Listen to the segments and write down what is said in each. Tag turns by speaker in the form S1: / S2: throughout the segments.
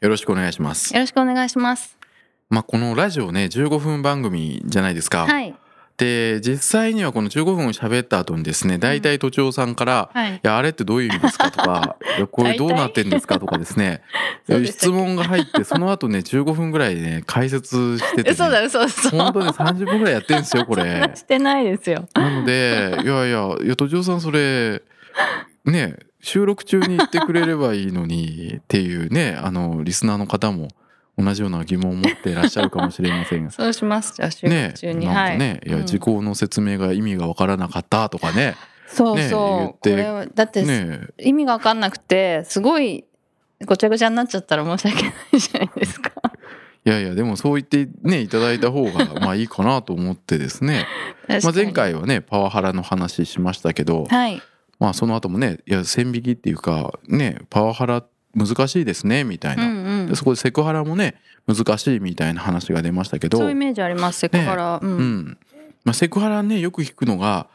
S1: よろしくお願いします
S2: よろしくお願いします
S1: まあこのラジオね15分番組じゃないですか、
S2: はい
S1: で実際にはこの15分を喋った後にですね大体都庁さんから「
S2: はい
S1: いやあれってどういう意味ですか?」と か「いやこれどうなってんですか?」とかですね
S2: そうでしたっけ
S1: 質問が入ってその後ね15分ぐらいね解説して て、ね、
S2: 嘘だ嘘嘘。
S1: 本当ね30分ぐらいやってんですよこれ
S2: してないですよ
S1: なの でいやいやいや都庁さんそれね収録中に言ってくれればいいのにっていうねあのリスナーの方も同じような疑問を持ってらっしゃるかもしれま せんが
S2: そうしますじゃあ収
S1: ね
S2: 録中に、
S1: なんかね、い、
S2: うん
S1: や時効の説明が意味がわからなかったとかね
S2: そう
S1: ね言
S2: そう
S1: っ、て
S2: これはだって、
S1: ね
S2: 意味が分かんなくてすごいごちゃごちゃになっちゃったら申し訳ないじゃないです か
S1: いやいやでもそう言ってねいただいた方が まあいいかなと思ってですね、まあ、前回はねパワハラの話しましたけど、
S2: はい
S1: まあその後もねいや線引きっていうかねパワハラ難しいですねみたい
S2: うん
S1: な、
S2: うん
S1: でそこでセクハラもね難しいみたいな話が出ましたけど
S2: そういうイメージありますセクハラ、う
S1: うんんまあ、セクハラねよく聞くのが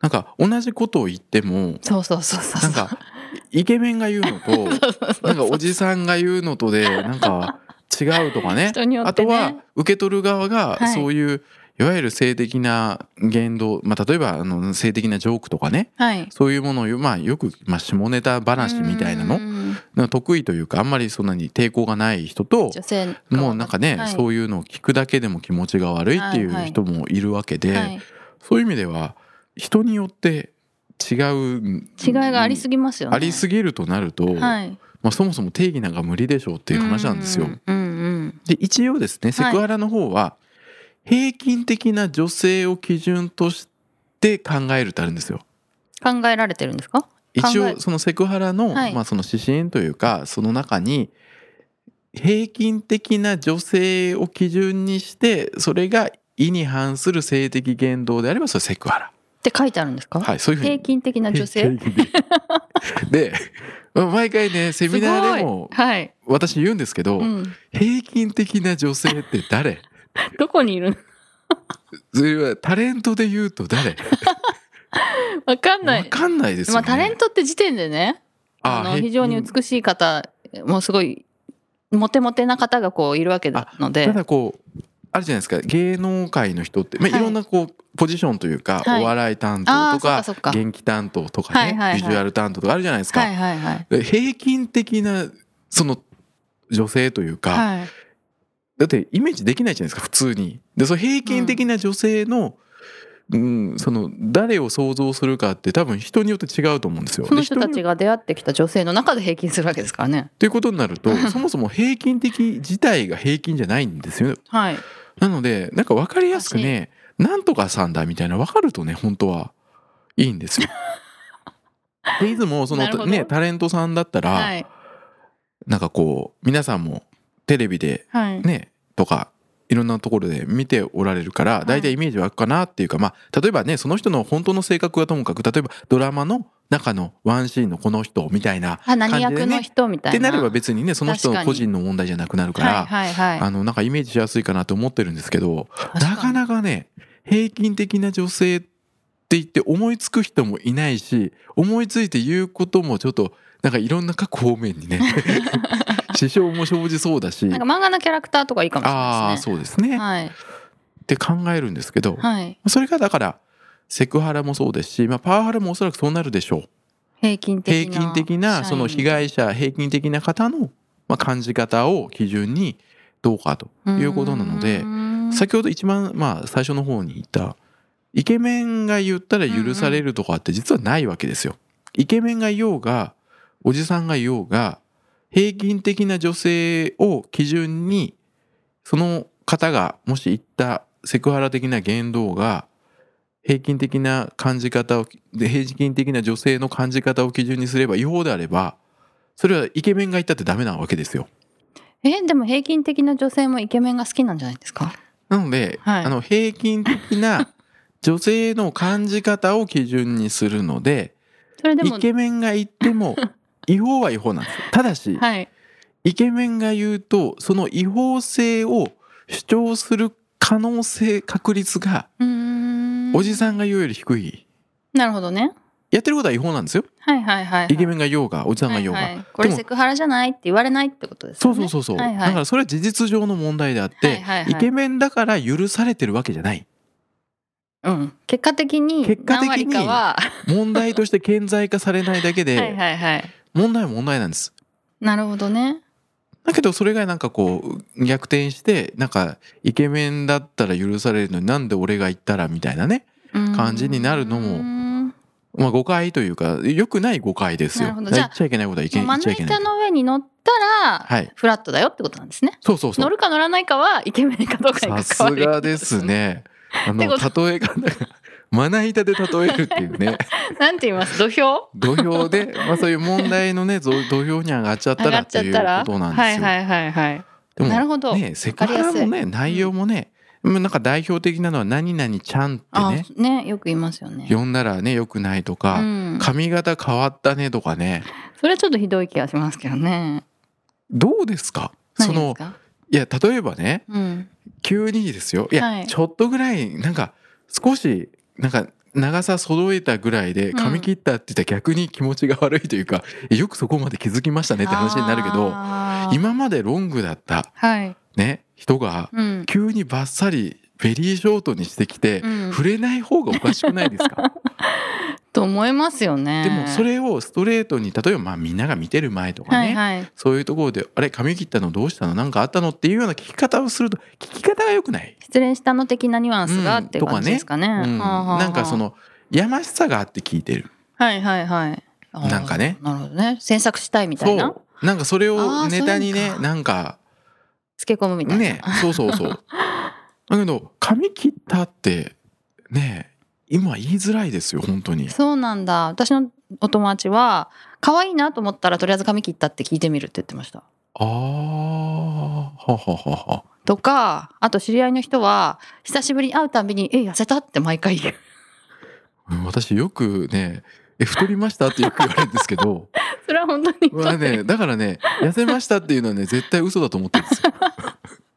S1: なんか同じことを言っても
S2: そうそうそうそう
S1: なんかイケメンが言う のとなんかおじさんが言うのとでなんか違うとかね
S2: 人によ
S1: あ
S2: って
S1: と
S2: ね
S1: は受け取る側が
S2: はい
S1: そういう、いわゆる性的な言動、まあ、例えばあの性的なジョークとかね
S2: はい
S1: そういうものを、まあ、よく、まあ、下ネタ話みたいなの
S2: うん
S1: の得意というかあんまりそんなに抵抗がない人と
S2: 女性
S1: もうなんかね、
S2: う
S1: そういうのを聞くだけでも気持ちが悪いってい
S2: はいは
S1: う
S2: い
S1: 人もいるわけで、
S2: はい、
S1: そういう意味では人によって違う
S2: 違いがありすぎますよね
S1: ありすぎるとなると、
S2: はいっ
S1: まあ、そもそも定義なんか無理でしょうっていう話なんですよ。
S2: うんうんうん
S1: で一応ですねセクハラの方は平均的な女性を基準として考えるってあるんですよ。
S2: 考えられてるんですか
S1: 一
S2: 考え
S1: 応そのセクハラの,、
S2: はい
S1: まあその指針というかその中に平均的な女性を基準にしてそれが意に反する性的言動であればそれセクハラ、
S2: って書いてあるんですか、
S1: はい、そういうふうに
S2: 平均的な女性
S1: 平均的で 毎回ねセミナーでも
S2: すごいはい、
S1: 私言うんですけど、
S2: うん、
S1: 平均的な女性って誰
S2: どこにいるの
S1: それはタレントで言うと誰
S2: わかんな
S1: わ
S2: い
S1: かんないですよ、
S2: ま
S1: ね
S2: あタレントって時点でねあの
S1: 平均
S2: 非常に美しい方もうすごいモテモテな方がこういるわけなの
S1: た
S2: で
S1: だこうあるじゃないですか芸能界の人って、まあ、
S2: はい
S1: いろんなこうポジションというか、
S2: はい
S1: お笑い担当と
S2: あーそ
S1: か
S2: っかそっか
S1: 元気担当とかね、
S2: はいはいはい
S1: ビジュアル担当とかあるじゃないですか、
S2: はいはいはい
S1: で平均的なその女性というか、
S2: はい
S1: だってイメージできないじゃないですか普通にでその平均的な女性の、うんその誰を想像するかって多分人によって違うと思うんですよ。
S2: その
S1: で
S2: 人
S1: に
S2: たちが出会ってきた女性の中で平均するわけですからね
S1: ということにな るとそもそも平均的自体が平均じゃないんですよね
S2: はい
S1: なのでなんか分かりやすくねなんとかさんだみたいな分かるとね本当はいいん ですよ。でいつもそ
S2: なるほ
S1: の
S2: ど
S1: ねタレントさんだったら、
S2: はい
S1: なんかこう皆さんもテレビで
S2: はい
S1: ねとかいろんなところで見ておられるから
S2: い
S1: 大体イメージ湧くかなっていうか、まあ例えばねその人の本当の性格はともかく例えばドラマの中のワンシーンのこの人みたいな
S2: あ何役の人みた
S1: っ
S2: い
S1: て
S2: な
S1: なれば別にねその人
S2: 確か
S1: の
S2: に
S1: 個人の問題じゃなくなるから、
S2: はいはいはい
S1: あのなんかイメージしやすいかなと思ってるんですけど
S2: かに
S1: なかなかね平均的な女性って言って思いつく人もいないし思いついて言うこともちょっとなんかいろんな各方面 にね支障も生じそうだし
S2: なんか漫画のキャラクターとかいいかもしれ
S1: あ
S2: ない
S1: あ
S2: ですね
S1: そうですね、
S2: はい
S1: って考えるんですけど、
S2: はい
S1: それがだからセクハラもそうですし、まあ、パワハラもおそらくそうなるでしょう。
S2: 平均的な
S1: 平均的なその被害者平均的な方のまあ感じ方を基準にどうかということなので
S2: さっ
S1: 先ほど一番まあ最初の方に言ったイケメンが言ったら許されるとかって実はないわけですよ。イケメンが言おうがおじさんが言おうが平均的な女性を基準にその方がもし言ったセクハラ的な言動が平均的な感じ方をで平均的な女性の感じ方を基準にすれば違法であればそれはイケメンが言ったってダメなわけですよ。
S2: えでも平均的な女性もイケメンが好きなんじゃないですか
S1: なので、
S2: はい
S1: あの平均的 な女性の感じ方を基準にするので
S2: それでも
S1: イケメンが言って も違法は違法なんですよただし、
S2: はい
S1: イケメンが言うとその違法性を主張する可能性確率が
S2: うーん
S1: おじさんが言うより低い
S2: なるほどね
S1: やってることは違法なんですよ
S2: はいはいはい、はい、
S1: イケメンが言おうがおじさんが言おうが、
S2: はいはいこれ
S1: でも
S2: セクハラじゃないって言われないってことです
S1: そ
S2: よ
S1: う
S2: ね
S1: そうそうそう、
S2: はいはい
S1: だからそれは事実上の問題であって、
S2: はいはいはい
S1: イケメンだから許されてるわけじゃない
S2: うん、結果的に
S1: 結果的
S2: 何
S1: に
S2: 割かは
S1: 問題として顕在化されないだけで
S2: はいはいはい
S1: 問題は問題なんです
S2: なるほどね
S1: だけどそれがなんかこう逆転してなんかイケメンだったら許されるのになんで俺が言ったらみたいなね、
S2: 感
S1: 感じになるのもまあ、誤解というか良くない誤解です
S2: な
S1: よ
S2: るほどじゃ
S1: 言
S2: あ
S1: っちゃいけないことは言っち
S2: ま
S1: ゃい
S2: な
S1: け
S2: 板
S1: ない
S2: の上に乗ったら、
S1: はい
S2: フラットだよってことなんですね
S1: そうそうそ
S2: 乗
S1: う
S2: るか乗らないかはイケメンかどうかに
S1: さす
S2: 関わる
S1: がですねあ の
S2: って
S1: 例え方がまな板で例えるってい うね
S2: なんて言います土俵
S1: 土俵で、まあ、そういう問題のねぞ土俵に上がっちゃった
S2: 上が
S1: らっ
S2: っち
S1: て
S2: ゃっ
S1: いう
S2: たら
S1: ことなん
S2: は
S1: で
S2: い
S1: すよ。
S2: はいはいはい
S1: でも
S2: なるほど、
S1: ねセクハラ
S2: わか
S1: も
S2: り
S1: ね内容もね、なんか代表的なのは「何々ちゃん」って
S2: あ
S1: ね
S2: ねよく言いますよね
S1: 呼んだらねよくないとか、
S2: うん、
S1: 髪型変わったねとかね
S2: それはちょっとひどい気がしますけどね
S1: どうですかそ
S2: 何です
S1: の
S2: か
S1: いや例えばね
S2: うん
S1: 急にですよいや、
S2: はい
S1: ちょっとぐらいなんか少しなんか長さ揃えたぐらいで
S2: うん
S1: 髪切ったって言ったら逆に気持ちが悪いというか、えよくそこまで気づきましたねって話になるけど
S2: あー
S1: 今までロングだった
S2: はい、
S1: ね人が
S2: うん、
S1: 急にバッサリベリーショートにしてきて、
S2: うん
S1: 触れない方がおかしくないです か
S2: と思いますよね
S1: でもそれをストレートに例えばまあみんなが見てる前とかね、
S2: はいはい
S1: そういうところで「あれ髪切ったのどうしたの何かあったの?」っていうような聞き方をすると聞き方が良くない、
S2: 失恋したの的なニュアンスが
S1: うん
S2: っていう感じですかね、
S1: うん、
S2: はあはあはあ
S1: なんかそのやましさがあって聞いてる
S2: はいはいはいあー
S1: なんかね
S2: なるほどね詮索したいみた
S1: そ
S2: いな
S1: うなんかそれ
S2: あ
S1: を
S2: ー
S1: ネタに
S2: そういう
S1: ね
S2: のか
S1: なんか
S2: つけ込むみたいな、
S1: ねそうそうそう だけど髪切ったってね今言いづらいですよ本当に
S2: そうなんだ私のお友達は可愛いなと思ったらとりあえず髪切ったって聞いてみるって言ってました
S1: あーはははは
S2: とかあと知り合いの人は久しぶりに会うたんびに「え痩せた?」って毎回言う
S1: うん私よくねえ太りましたってよく言われるんですけど
S2: それは本当に
S1: まあねだからね痩せましたっていうのはね絶対嘘だと思ってるん ですよ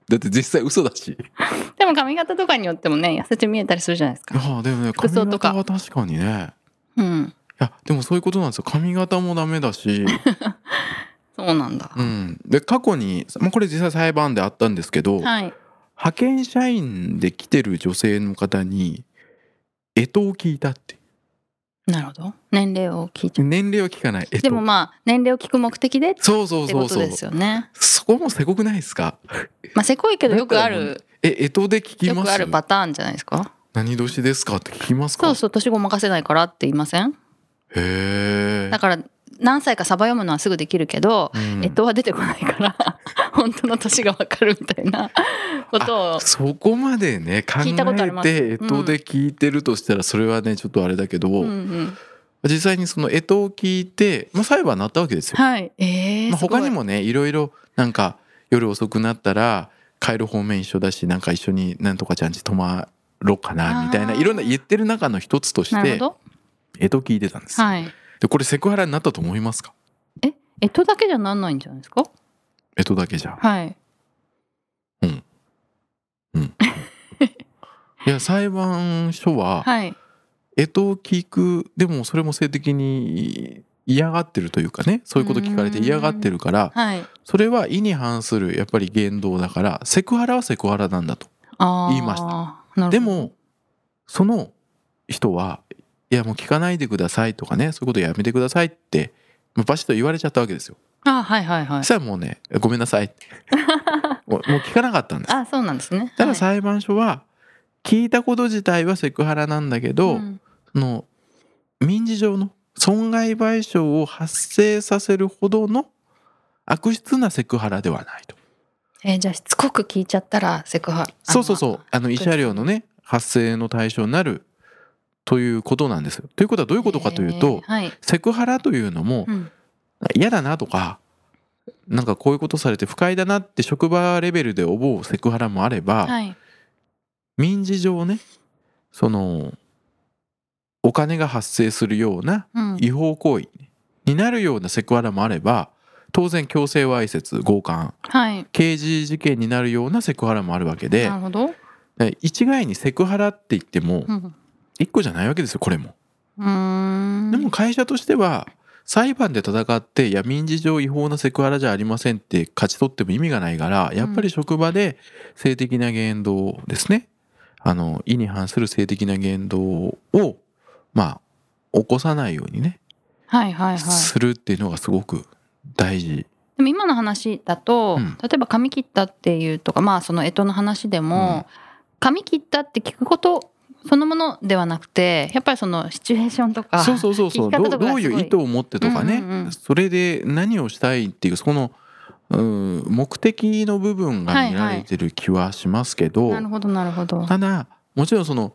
S1: だって実際嘘だし
S2: でも髪型とかによってもね痩せて見えたりするじゃないですか
S1: ああでもね
S2: 服
S1: 髪
S2: 装とか
S1: 型は確かにね
S2: うん
S1: いやでもそういうことなんですよ髪型もダメだ し、
S2: そうなんだ、
S1: うん、で過去に、まあ、これ実際裁判であったんですけど、
S2: はい
S1: 派遣社員で来てる女性の方に干支を聞いたって
S2: なるほど年齢を聞いちゃ
S1: 年齢は聞かないう干支
S2: でもまあ年齢を聞く目的でっ
S1: そうそう
S2: て
S1: そ
S2: こ
S1: う
S2: と
S1: そう
S2: ですよね
S1: そこもせこくないですか
S2: まあせこいけどよくあ
S1: だっ
S2: る
S1: え干支で聞き
S2: よ
S1: ま
S2: く
S1: す
S2: あるパターンじゃないですか
S1: 何年ですかって聞きますか
S2: そうそう年ごまかせないからって言いません
S1: へえ
S2: だから何歳かサバ読むのはすぐできるけど、
S1: うん
S2: えっとは出てこないから 本当の年がわかるみたいなことを
S1: あそこまでね考え
S2: 聞いたことあります
S1: て干支で聞いてるとしたらそれはねちょっとあれだけど、
S2: うんうん
S1: 実際にその干支を聞いて、まあ、裁判になったわけですよ。
S2: はいえー
S1: まあ、
S2: すごい
S1: 他にもねいろいろなんか夜遅くなったら帰る方面一緒だしなんか一緒になんとかちゃんち泊まろうかなみたいな
S2: あー
S1: いろんな言ってる中の一つとし
S2: なるほ
S1: て
S2: ど
S1: 干支聞いてたんです。
S2: はい
S1: でこれセクハラになったと思いますか
S2: えっとだけじゃなんないんじゃないですか
S1: 干支だけじゃ。
S2: はい
S1: いや裁判所は
S2: はい
S1: 干支を聞くでもそれも性的に嫌がってるというかねそういうこと聞かれて嫌がってるから
S2: はい
S1: それは意に反するやっぱり言動だからセクハラはセクハラなんだと。
S2: あー
S1: 言いました
S2: なるほど
S1: でもその人はいやもう聞かないでくださいとかねそういうことやめてくださいってまあバシッと言われちゃったわけですよ。
S2: あはいはいは
S1: そ
S2: い
S1: したらもうねごめんなさいって もうもう聞かなかったんです。
S2: あそうなんですね
S1: ただ
S2: はい
S1: 裁判所は聞いたこと自体はセクハラなんだけ
S2: う
S1: ど、
S2: ん
S1: その民事上の損害賠償を発生させるほどの悪質なセクハラではないと。
S2: えーじゃあしつこく聞いちゃったらセクハラ
S1: そうそうそううあの慰謝料のね発生の対象になるということなんですよ。ということはどういうことかというと、
S2: はい
S1: セクハラというのも
S2: うん
S1: 嫌だなとかなんかこういうことされて不快だなって職場レベルで思うセクハラもあれば、
S2: はい
S1: 民事上ねそのお金が発生するような
S2: うん
S1: 違法行為になるようなセクハラもあれば当然強制わいせつ強姦
S2: はい
S1: 刑事事件になるようなセクハラもあるわけで
S2: なるほど
S1: 一概にセクハラって言っても
S2: うん
S1: 一個じゃないわけですよこれも。
S2: うーん
S1: でも会社としては裁判で戦っていや民事上違法なセクハラじゃありませんって勝ち取っても意味がないからやっぱり職場で性的な言動をですねあの意に反する性的な言動をまあ起こさないようにね
S2: はいはいはい
S1: するっていうのがすごく大事。
S2: でも今の話だと、
S1: うん
S2: 例えば髪切ったっていうとかまあその干支の話でも、髪切ったって聞くことそのものではなくてやっぱりそのシチュエーションとか
S1: そうそうそうそう
S2: 聞き
S1: ど
S2: 方と
S1: う
S2: かが
S1: どういう意図を持ってとかね、
S2: うんうんうん
S1: それで何をしたいっていうそのうん目的の部分が見られてる気はしますけど、
S2: なるほどなるほど
S1: ただもちろんその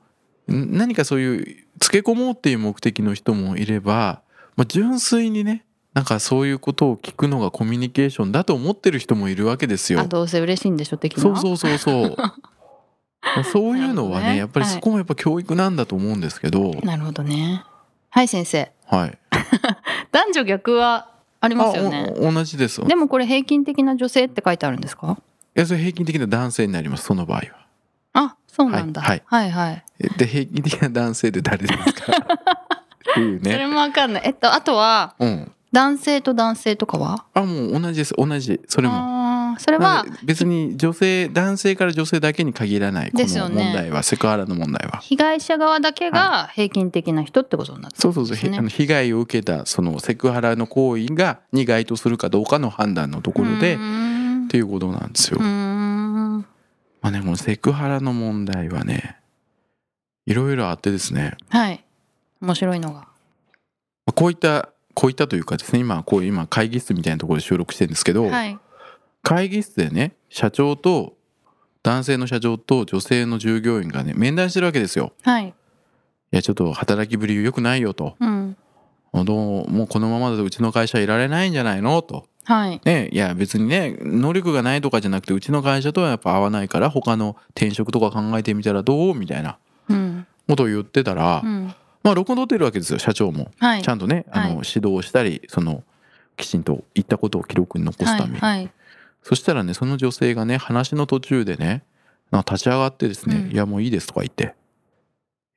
S1: ん何かそういうつけ込もうっていう目的の人もいれば、まあ、純粋にねなんかそういうことを聞くのがコミュニケーションだと思ってる人もいるわけですよ
S2: あ。どうせ嬉しいんでしょ的な
S1: そうそうそうそう そういうのは
S2: なるほど
S1: ね
S2: ね
S1: やっぱり
S2: はい
S1: そこもやっぱ教育なんだと思うんですけど、
S2: なるほどねはい先生
S1: はい、
S2: 男女逆はありますよね
S1: あお同じです
S2: でもこれ平均的な女性って書いてあるんですか
S1: えそれ平均的な男性になりますその場合は
S2: あそうなんだ、
S1: はい
S2: はいはい
S1: えで平均的な男性って誰で すかっていう
S2: それ
S1: ね
S2: もわかんないえっとあとは
S1: うん
S2: 男性と男性とかは
S1: あもう同じです同じそれも
S2: あーそれ
S1: な
S2: は
S1: ので別に女性男性から女性だけに限らないこ
S2: ですよ
S1: の
S2: ね
S1: 問題は、セクハラの問題は
S2: 被害者側だけが平均的な人ってことになって
S1: そう
S2: る
S1: そ
S2: ん
S1: うそう、
S2: です
S1: ひ
S2: ね
S1: あの被害を受けたそのセクハラの行為がに該当するかどうかの判断のところで
S2: うー
S1: っ
S2: ん
S1: ていうことなんですよ、
S2: うーん
S1: まあねこのセクハラの問題はねいろいろあってですね
S2: はい面白いのが
S1: まあこういったこういったというかですね今こう今会議室みたいなところで収録してるんですけど、
S2: はい
S1: 会議室でね社長と男性の社長と女性の従業員がね面談してるわけですよ。
S2: はい
S1: いやちょっと働きぶり良くないよと
S2: うん
S1: どうもうこのままだとうちの会社いられないんじゃないのと。
S2: はい
S1: ね、いや別にね能力がないとかじゃなくてうちの会社とはやっぱ合わないから他の転職とか考えてみたらどうみたいな
S2: うん
S1: ことを言ってたら、
S2: うん
S1: まあ録音取ってるわけですよ社長も。
S2: はい
S1: ちゃんとね、あの
S2: は
S1: 指導したりそのきちんと言ったことを記録に残すために、
S2: はいはい
S1: そしたらねその女性がね話の途中でねなんか立ち上がってですね
S2: うん
S1: 「いやもういいです」とか言って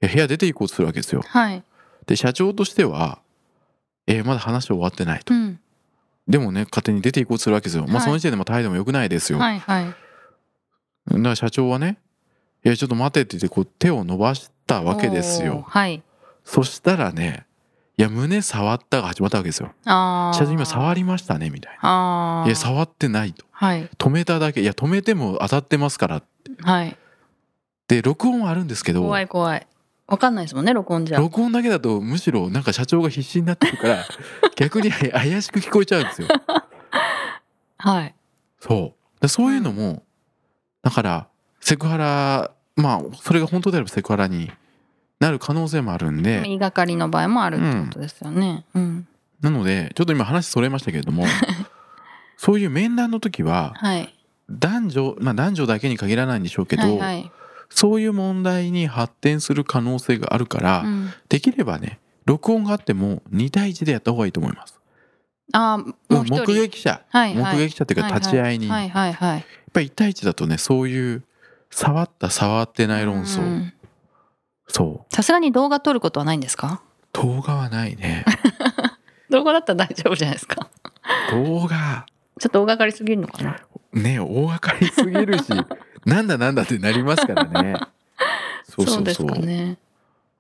S1: いや部屋出て行こうとするわけですよ。
S2: はい
S1: で社長としては「えーまだ話終わってない」と。
S2: うん
S1: でもね勝手に出て行こうとするわけですよ。ま
S2: は
S1: あ
S2: い
S1: その時点でも態度も良くないですよ。
S2: はいはい
S1: だから社長はね「いやちょっと待て」って言ってこう手を伸ばしたわけです
S2: おー
S1: よ。
S2: はい
S1: そしたらね「いや胸触った」が始まったわけですよ。
S2: ああ
S1: 社長今触りましたねみたい
S2: あ
S1: な。
S2: あ
S1: いや触ってないと。
S2: はい
S1: 止めただけいや止めても当たってますから
S2: はい
S1: で録音はあるんですけど
S2: 怖い怖いわかんないですもんね録音じゃ
S1: 録音だけだとむしろなんか社長が必死になってるから 逆に怪しく聞こえちゃうんですよ。
S2: はい
S1: そうでそういうのもだからセクハラまあそれが本当であればセクハラになる可能性もあるん
S2: でも
S1: で
S2: 言いがかりの場合もあるってことですよねうん
S1: なのでちょっと今話それましたけれ どもそういう面談の時は
S2: はい
S1: 男女まあ男女だけに限らないんでしょうけど、
S2: はいはい
S1: そういう問題に発展する可能性があるから、
S2: うん
S1: できればね録音があっても2対1でやった方がいいと思います。
S2: あー
S1: う
S2: もうん一人
S1: 目撃者、
S2: はいはい
S1: 目撃者というか立ち会いに、
S2: はいはいはいはい
S1: やっぱり1対1だとねそういう触った触ってない論争、
S2: うん
S1: そう
S2: さすがに動画撮ることはないんですか
S1: 動画はないね
S2: 動画だったら大丈夫じゃないですか
S1: 動画
S2: ちょっと大掛かりすぎるのかな
S1: ね大掛かりすぎるし なんだなんだってなりますからねそうそう
S2: で
S1: そ
S2: す
S1: う
S2: かね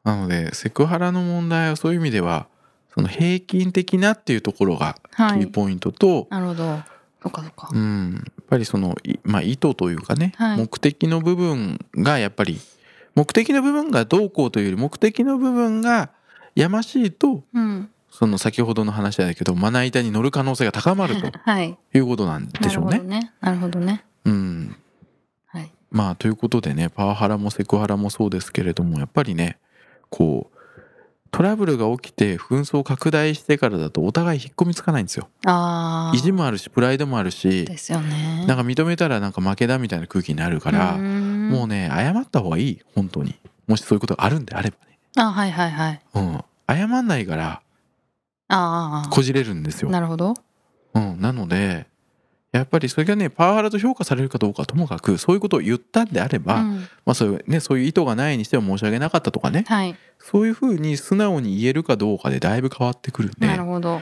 S1: なのでセクハラの問題はそういう意味ではその平均的なっていうところがキ
S2: は
S1: ー
S2: い
S1: ポイントと、
S2: なるほどそっかそっか
S1: うん、やっぱりその、いまあ、意図というかね、
S2: はい
S1: 目的の部分がやっぱり目的の部分がどうこうというより目的の部分がやましいと
S2: うん
S1: その先ほどの話だけどまな板に乗る可能性が高まると
S2: はい
S1: いうことなんで
S2: な
S1: し
S2: る
S1: ょう
S2: ほど
S1: ね。
S2: ねなるほどね
S1: うん
S2: はい
S1: まあということでねパワハラもセクハラもそうですけれどもやっぱりねこうトラブルが起きて紛争拡大してからだとお互い引っ込みつかないんですよ
S2: ああ
S1: 意地もあるしプライドもあるし
S2: ですよね
S1: なんか認めたらなんか負けだみたいな空気になるからも
S2: も
S1: うね謝った方がいい本当にもしそういうことがあるんであればね
S2: あはいはいはい
S1: うん謝んないから
S2: あーあーあー
S1: こじれるんですよ
S2: なるほど
S1: うん、なのでやっぱりそれがねパワハラと評価されるかどうかはともかくそういうことを言ったんであれば、
S2: うん
S1: まあそういうね、そういう意図がないにしても申し訳なかったとかね
S2: はい
S1: そういうふうに素直に言えるかどうかでだいぶ変わってくるんで
S2: なるほど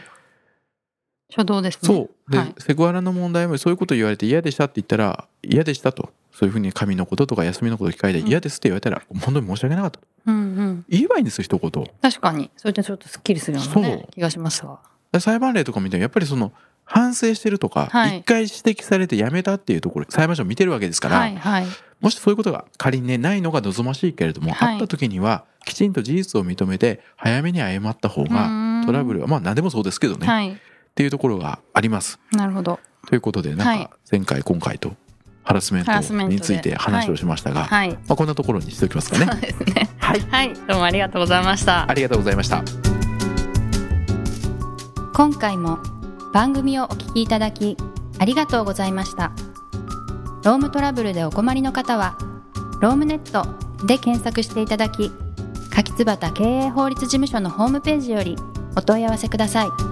S2: 初動ですね
S1: そうで、
S2: はい
S1: セクハラの問題もそういうこと言われて嫌でしたって言ったら嫌でしたとそういうふうに紙のこととか休みのことを聞かれて
S2: うん
S1: 嫌ですって言われたら、本当に申し訳なかったと
S2: うんうん
S1: 言えばいいんですよ一言
S2: 確かにそれでちょっとすっきりするような
S1: そ
S2: ね
S1: う
S2: 気がしますわ
S1: で裁判例とか見てもやっぱりその反省してるとか一、
S2: はい
S1: 回指摘されてやめたっていうところ裁判所見てるわけですから、
S2: はいはい
S1: もしそういうことが仮にねないのが望ましいけれども、
S2: はい
S1: あった時にはきちんと事実を認めて早めに謝った方がトラブル
S2: は
S1: はまあ何でもそうですけどね、
S2: はい
S1: っていうところがあります。
S2: なるほど
S1: ということでな
S2: は
S1: ん
S2: い
S1: か前回今回とハラスメント
S2: ハラスメントで
S1: について話をしましたが、
S2: はい
S1: まあ、こんなところにしておきますかね
S2: そ。 うですね
S1: はい、
S2: はいどうもありがとうございました
S1: ありがとうございました。
S2: 今回も番組をお聞きいただきありがとうございましたロームトラブルでお困りの方は「ロームネット」で検索していただき柿椿経営法律事務所のホームページよりお問い合わせください